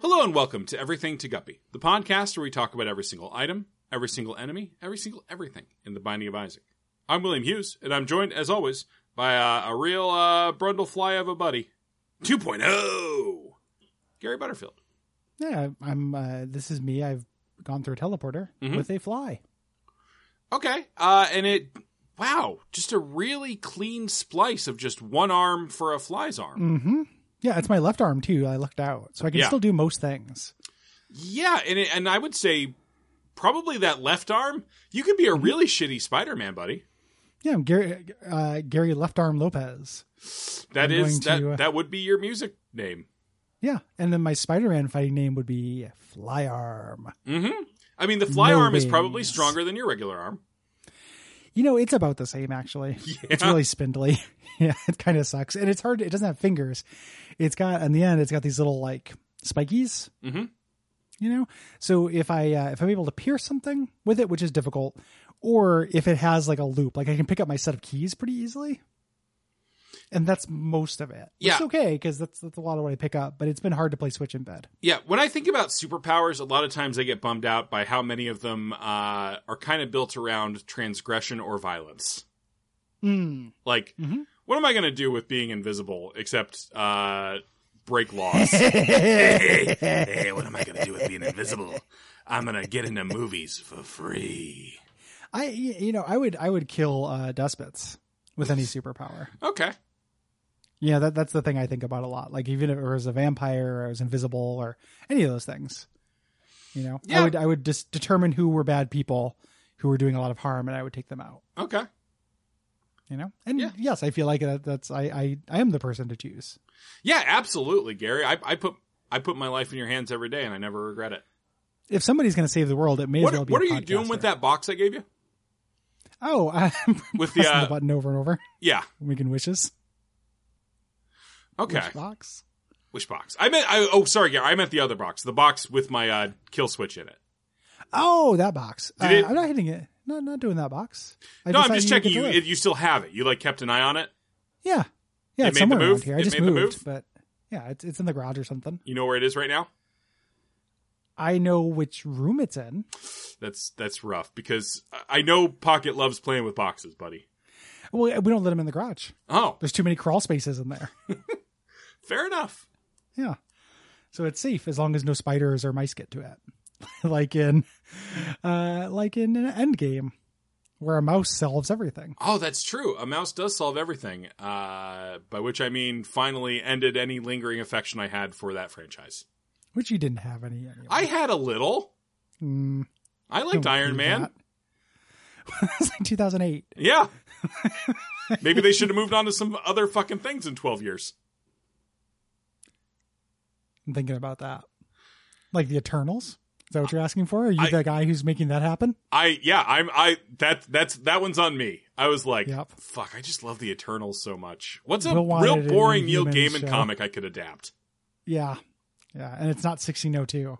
Hello and welcome to Everything to Guppy, the podcast where we talk about every single item, every single enemy, every single everything in the Binding of Isaac. I'm William Hughes, and I'm joined, as always, by uh, a real uh, brundle fly of a buddy, 2.0, Gary Butterfield. Yeah, I'm. Uh, this is me. I've gone through a teleporter Mhm. with a fly. Okay, uh, and it, wow, just a really clean splice of just one arm for a fly's arm. Mm-hmm. Yeah, it's my left arm too. I lucked out, so I can Yeah. still do most things. Yeah, and it, and I would say probably that left arm, you could be Mm-hmm. a really shitty Spider-Man, buddy. Yeah, I'm Gary. Uh, Gary Left Arm Lopez. That I'm is going that to, uh, that would be your music name. Yeah, and then my Spider-Man fighting name would be Fly Arm. Mm-hmm. I mean, the fly No arm is probably wings. stronger than your regular arm. You know, it's about the same actually. It's Yeah. really spindly. yeah, it kind of sucks, and it's hard. It doesn't have fingers. It's got on the end. It's got these little like spikies. Mhm. You know, so if I uh, if I'm able to pierce something with it, which is difficult, or if it has like a loop, like I can pick up my set of keys pretty easily, and that's most of it. Yeah. it's okay because that's that's a lot of what I pick up. But it's been hard to play Switch in bed. Yeah, when I think about superpowers, a lot of times I get bummed out by how many of them uh, are kind of built around transgression or violence. Mm. Like, Mhm. what am I going to do with being invisible except uh, break laws? hey, hey, what am I going to do with being invisible? I'm going to get into movies for free. I you know I would I would kill uh, dustbits with any superpower. Okay. Yeah, that that's the thing I think about a lot. Like even if it was a vampire or I was invisible or any of those things. You know? Yeah. I would I would just determine who were bad people who were doing a lot of harm and I would take them out. Okay. You know? And Yeah. yes, I feel like that, that's I, I I am the person to choose. Yeah, absolutely, Gary. I, I put I put my life in your hands every day, and I never regret it. If somebody's gonna save the world, it may What, as well be what a are you doing with podcaster. that box I gave you? Oh, I'm With the, pressing uh, the button over and over. Yeah. Making wishes. Okay. Wish box. Which box? I meant. I, oh, sorry, Gary. I meant the other box. The box with my uh, kill switch in it. Oh, that box. Uh, Did it- I'm not hitting it. No, not doing that box. I no, I'm decided just you checking. get You to if live. you still have it. You like kept an eye on it. yeah. Yeah, it it's made the somewhere around move? here. I It just made the moved, move? but yeah, it's it's in the garage or something. You know where it is right now. I know which room it's in. That's that's rough because I- I know Pocket loves playing with boxes, buddy. Well, we don't let them in the garage. Oh, There's too many crawl spaces in there. fair enough. Yeah. So it's safe as long as no spiders or mice get to it. like in uh like in an end game where a mouse solves everything. Oh, that's true. A mouse does solve everything. Uh, by which I mean, finally ended any lingering affection I had for that franchise. Which you didn't have any anyway. I had a little. Mm, I liked don't Iron believe Man. that. it's like 2008. Yeah. Maybe they should have moved on to some other fucking things in 12 years. I'm thinking about that. Like the Eternals? Is that what you're asking for? Are you I- the guy who's making that happen? I yeah, I'm I that that's that one's on me. I was like, Yep. fuck, I just love the Eternals so much. What's a Will wanted real an boring Neil Inhumans Gaiman show. comic I could adapt? Yeah, yeah, and it's not 1602.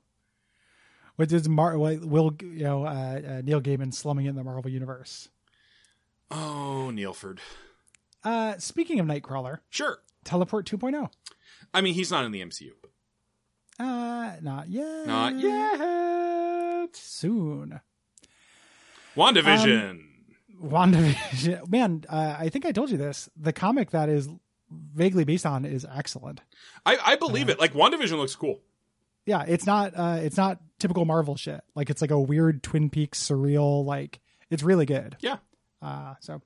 What does Mar? What will you know? Uh, uh, Neil Gaiman slumming in the Marvel universe. Oh, Neilford. Uh, speaking of Nightcrawler, Sure. Teleport oh. 2.0. I mean, he's not in the MCU. Uh, not yet. Not yet. Soon. WandaVision. Um, WandaVision. Man, uh, I think I told you this. The comic that is vaguely based on is excellent. I I believe it. Like WandaVision looks cool. Yeah, it's not. Uh, it's not typical Marvel shit. Like it's like a weird Twin Peaks surreal. Like it's really good. Yeah. Uh, so,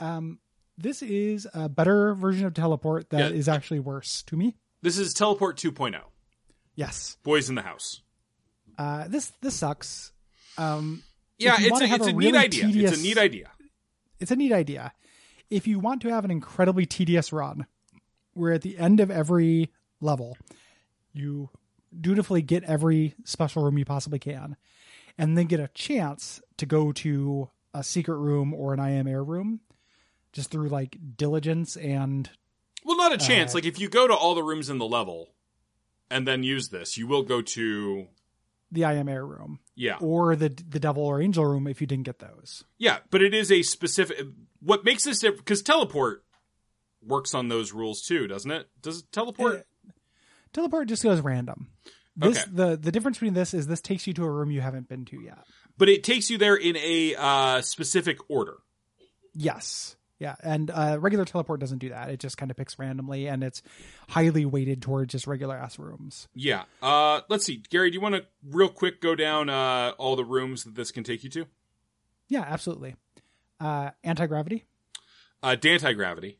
um, this is a better version of teleport that is Yeah. actually worse to me. This is Teleport 2.0. Yes. Boys in the House. Uh, this this sucks. Um, Yeah, If you it's wanna a, have it's a, a neat really idea. It's tedious- a neat idea. it's a neat idea. If you want to have an incredibly tedious run, where at the end of every level, you dutifully get every special room you possibly can, and then get a chance to go to a secret room or an IM air room, just through like diligence and Well, not a chance. Uh, like if you go to all the rooms in the level and then use this, you will go to the IM air room. yeah. or the the devil or angel room if you didn't get those. Yeah, but it is a specific what makes this different cuz teleport works on those rules too, doesn't it? Does it teleport? Uh, Teleport just goes random. This Okay. the the difference between this is this takes you to a room you haven't been to yet. But it takes you there in a uh, specific order. Yes. Yeah, and uh, regular teleport doesn't do that. It just kind of picks randomly, and it's highly weighted towards just regular ass rooms. Yeah. Uh, let's see, Gary. Do you want to real quick go down uh, all the rooms that this can take you to? Yeah, absolutely. Uh, Anti gravity, Uh, Danti gravity.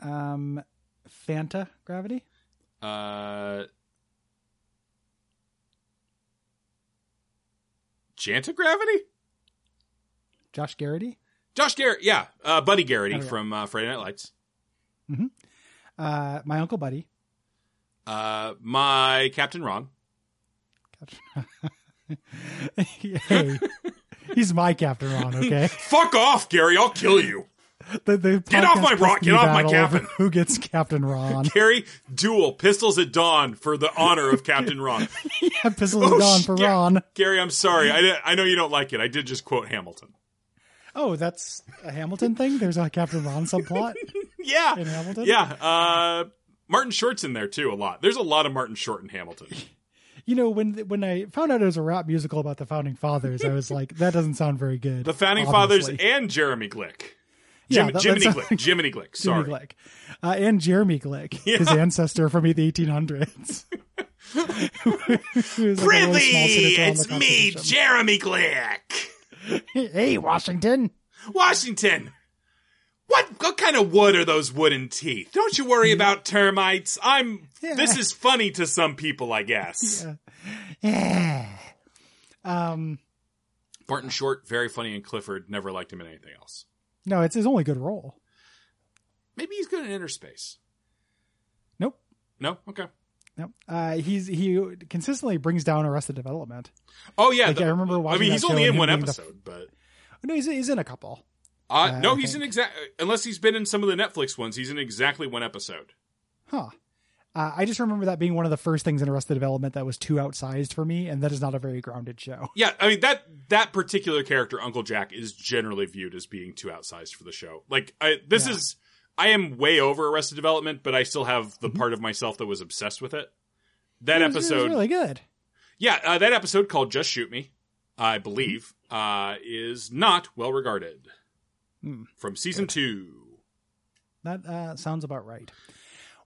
um, Fanta gravity, Uh, Janta gravity. Josh Garrity, Josh Garrett. Yeah. Uh, Buddy Garrity Oh, yeah. from uh, Friday Night Lights. uh, my uncle Buddy, Uh, my Captain Ron. hey, he's my Captain Ron. Okay, Fuck off, Gary. I'll kill you. the, the Get off podcast my pissed rock, get me off my battle over cabin. Who gets Captain Ron? Gary, duel pistols at dawn for the honor of Captain Ron. yeah, Pistol Oh, of Dawn for shit. Ron. Gary, I'm sorry. I, di- I know you don't like it. I did just quote Hamilton. Oh, that's a Hamilton thing. There's a Captain Ron subplot Yeah. in Hamilton. Yeah. Uh, Martin Short's in there too a lot. There's a lot of Martin Short in Hamilton. you know when when I found out it was a rap musical about the founding fathers, I was like, that doesn't sound very good. The Founding Fathers obviously. and Jeremy Glick. Yeah, Jim, that- Jiminy that's- Glick. Jiminy Glick. Sorry. Jimmy Glick, uh, and Jeremy Glick, his ancestor from the 1800s. Who was, like, a really small Prithee, senator on the it's me, Constitution. Jeremy Glick. hey, Washington. Washington. What what kind of wood are those wooden teeth? Don't you worry about termites. I'm Yeah. this is funny to some people, I guess. Yeah. Eh. Um, Barton Short, very funny in Clifford, never liked him in anything else. no, it's his only good role. Maybe he's good in inner space. Nope. No? Okay. Nope. Uh, he's he consistently brings down Arrested Development. Oh yeah. Like, the- I remember I watching. mean that he's show only and in him one being the- episode, but no, he's, he's in a couple. uh, Uh, no, I he's in think. exact unless he's been in some of the Netflix ones, he's in exactly one episode. Huh. Uh, I just remember that being one of the first things in Arrested Development that was too outsized for me, and that is not a very grounded show. Yeah, I mean that that particular character, Uncle Jack, is generally viewed as being too outsized for the show. Like I, this Yeah. is, I am way over Arrested Development, but I still have the part of myself that was obsessed with it. That It was- it was episode, Mm-hmm. really good. yeah, uh, that episode called "Just Shoot Me," I believe, uh, is not well regarded Hmm. from season two. That uh, sounds about right.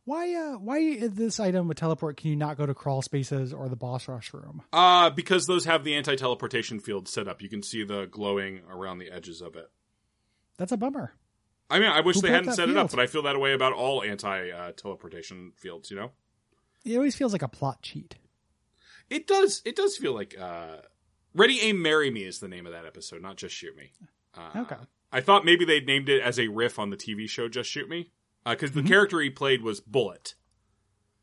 Why? Uh, why is this item with teleport? Can you not go to crawl spaces or the boss rush room? Uh, because those have the anti-teleportation field set up, you can see the glowing around the edges of it. That's a bummer. I mean, I wish Who they built hadn't that set it up, field? but I feel that way about all anti-teleportation fields. You know. It always feels like a plot cheat. It does. It does feel like uh, "Ready Aim Marry Me" is the name of that episode, not "Just Shoot Me." Uh, Okay. I thought maybe they would named it as a riff on the TV show "Just Shoot Me" because Mm-hmm. the character he played was Bullet.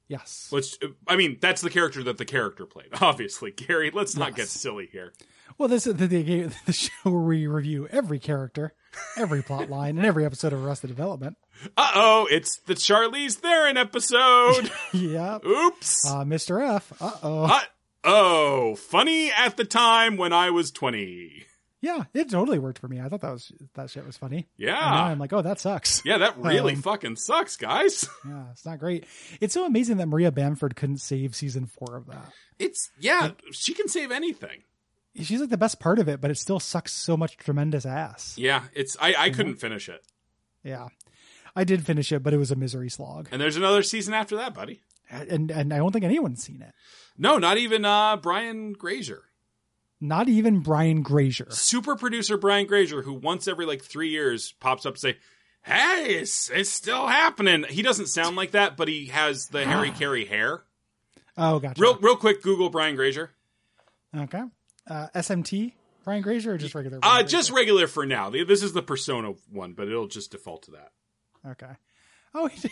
Yes. Which I mean, that's the character that the character played. Obviously, Gary. Let's not get Yes. silly here. Well, this is the, the, the show where we review every character, every plot line, and every episode of Arrested Development. Uh oh! It's the Charlize Theron episode. Yep. Oops. Uh, Mr. F. Uh oh. Uh oh! Funny at the time when I was twenty. yeah, it totally worked for me. I thought that was that shit was funny. And now Yeah. I'm like, oh, that sucks. Yeah, that really Um, fucking sucks, guys. Yeah, it's not great. It's so amazing that Maria Bamford couldn't save season four of that. It's yeah. She can save anything. She's like the best part of it, but it still sucks so much tremendous ass. Yeah, it's I, Mhm. I couldn't finish it. Yeah. I did finish it, but it was a misery slog. And there's another season after that, buddy. And and I don't think anyone's seen it. No, not even uh Brian Grazer. Not even Brian Grazer. Super producer Brian Grazer, who once every like three years pops up to say, Hey, it's, it's still happening. He doesn't sound like that, but he has the Harry Carey hair. Oh, gotcha. Real real quick, Google Brian Grazer. Okay. Uh, SMT, Brian Grazer, or just regular? Uh Brian just Grazer? regular for now. The- This is the persona one, but it'll just default to that. Okay. Oh, he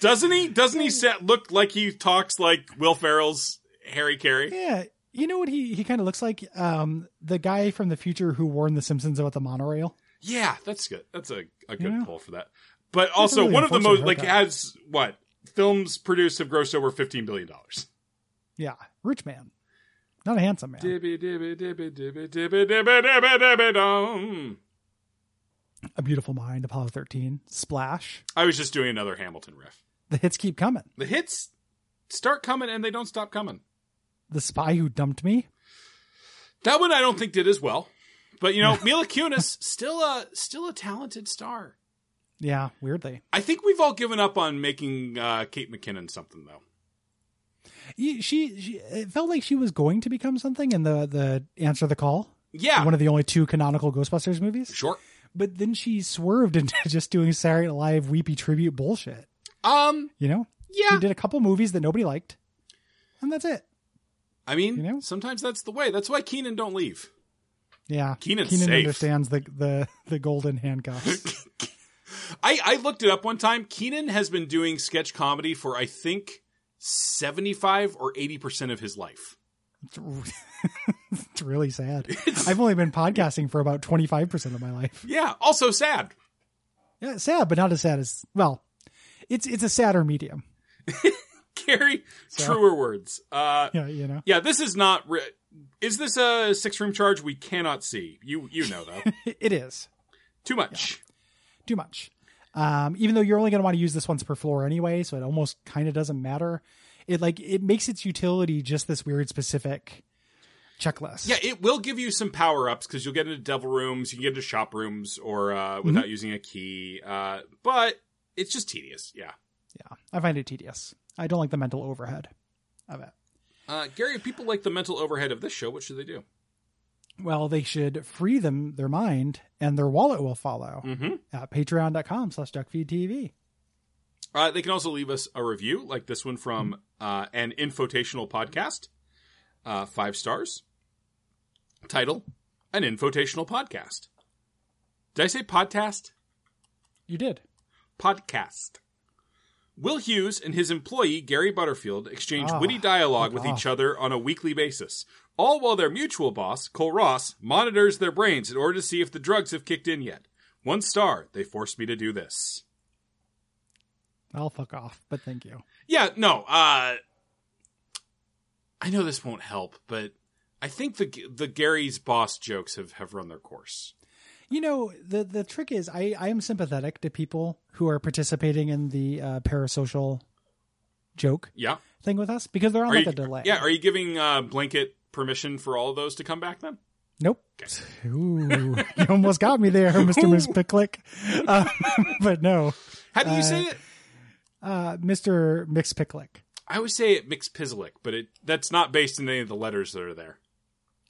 Doesn't he doesn't he set look like he talks like Will Ferrell's Harry Carey? yeah. You know what he, he kind of looks like? Um, the guy from the future who warned the Simpsons about the monorail. Yeah, that's good. That's a, a good Yeah. pull for that. But also really one of the most unfortunate like haircut. as what films produced have grossed over fifteen billion dollars. Yeah, rich man, not a handsome man. Dibby dibby dibby dibby dibby dibby dibby dibby dum. a beautiful mind, Apollo thirteen, Splash. I was just doing another Hamilton riff. The hits keep coming. The hits start coming and they don't stop coming. The spy who dumped me. That one I don't think did as well. But you know, Mila Kunis still a still a talented star. Yeah, weirdly, I think we've all given up on making uh, Kate McKinnon something though. Y- she, she it felt like she was going to become something in the the answer the call. Yeah, One of the only two canonical Ghostbusters movies. sure. But then she swerved into just doing Saturday Night Live weepy tribute bullshit. Um, You know, yeah. she did a couple movies that nobody liked, and that's it. I mean, you know? sometimes that's the way. That's why Keenan don't leave. Yeah, Keenan's Keenan safe. understands the the the golden handcuffs. I, I looked it up one time. Keenan has been doing sketch comedy for I think seventy five or eighty percent of his life. It's r- it's really sad. I've only been podcasting for about twenty five percent of my life. Yeah. Also sad. Yeah, sad, but not as sad as well. It's it's a sadder medium. Carrie, So- truer words. Uh, Yeah, you know, yeah. This is not. Re- is this a six room charge? We cannot see. You you know though. it is Too much. too much. Um, even though you're only going to want to use this once per floor anyway, so it almost kind of doesn't matter. It like it makes its utility just this weird specific checklist. Yeah, it will give you some power ups because you'll get into devil rooms, you can get into shop rooms, or uh, without using a key. Uh, but it's just tedious. Yeah. yeah, I find it tedious. I don't like the mental overhead of it. Uh, Gary, if people like the mental overhead of this show, what should they do? Well, they should free them their mind, and their wallet will follow Mm-hmm. at patreon.com slash duckfeedtv. Uh, they can also leave us a review, like this one from uh, an infotational podcast, uh, five stars. Title: An infotational podcast. Did I say podcast? You did. podcast. Will Hughes and his employee Gary Butterfield exchange Ah, witty dialogue with off. each other on a weekly basis, all while their mutual boss, Cole Ross, monitors their brains in order to see if the drugs have kicked in yet. One star, they forced me to do this. I'll fuck off, but thank you. Yeah, no, uh I know this won't help, but I think the the Gary's boss jokes have have run their course. You know, the, the trick is I, I am sympathetic to people who are participating in the uh, parasocial joke Yeah. thing with us because they're on Are like you, a delay. Yeah, are you giving uh blanket permission for all of those to come back then? Nope. Ooh, you almost got me there, Mr. Miss Picklick. Um, but no, How do you Uh, say it? uh, Mr. Mix Picklick. I always say it mixed Pizlic, but it that's not based in any of the letters that are there.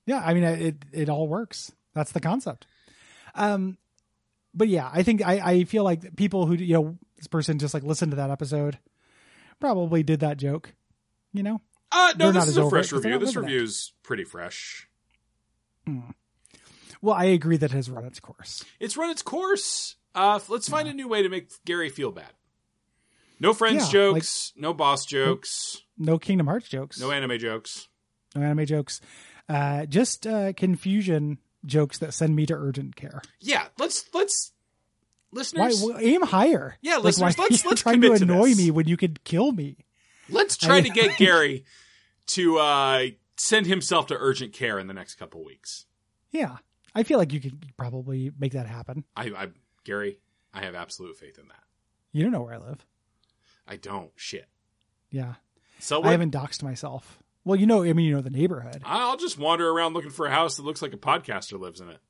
yeah i mean it it all works that's the concept um but yeah i think i i feel like people who you know this person just like listened to that episode probably did that joke you know Uh no, They're not this is as a over it fresh 'cause they're review. not This living review's pretty fresh. well i agree that it has run its course It's run its course. Uh f- let's find a new way to make Gary feel bad. No friends Yeah, jokes, no boss jokes, no kingdom hearts jokes no anime jokes. no anime jokes uh just uh confusion jokes that send me to urgent care Yeah, let's let's why listeners well, aim higher Yeah, Like, listeners, why are let's- you let's trying to commit to annoy this. me when you could kill me let's try I- to get Gary to uh send himself to urgent care in the next couple weeks. yeah i feel like you could probably make that happen I I Gary, I have absolute faith in that. you don't know where i live I don't shit. yeah So I haven't doxed myself. Well, you know, I mean, you know the neighborhood. I'll just wander around looking for a house that looks like a podcaster lives in it.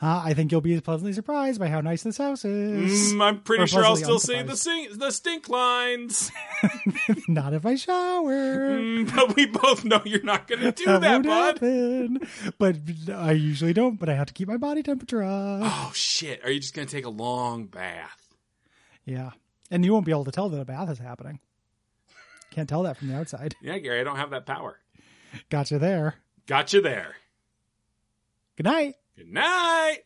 Uh, I think you'll be pleasantly surprised by how nice this house is. Mm, I'm pretty Or sure I'll still pleasantly see the unsurprised. sing- the stink lines. Not if I shower. Mm, but we both know you're not going to do that that, won't bud. happen. But I usually don't. But I have to keep my body temperature up. Oh shit! Are you just going to take a long bath? yeah, and you won't be able to tell that a bath is happening. Can't tell that from the outside. Yeah, Gary, I don't have that power. Gotcha there. Got you there. Good night. Good night.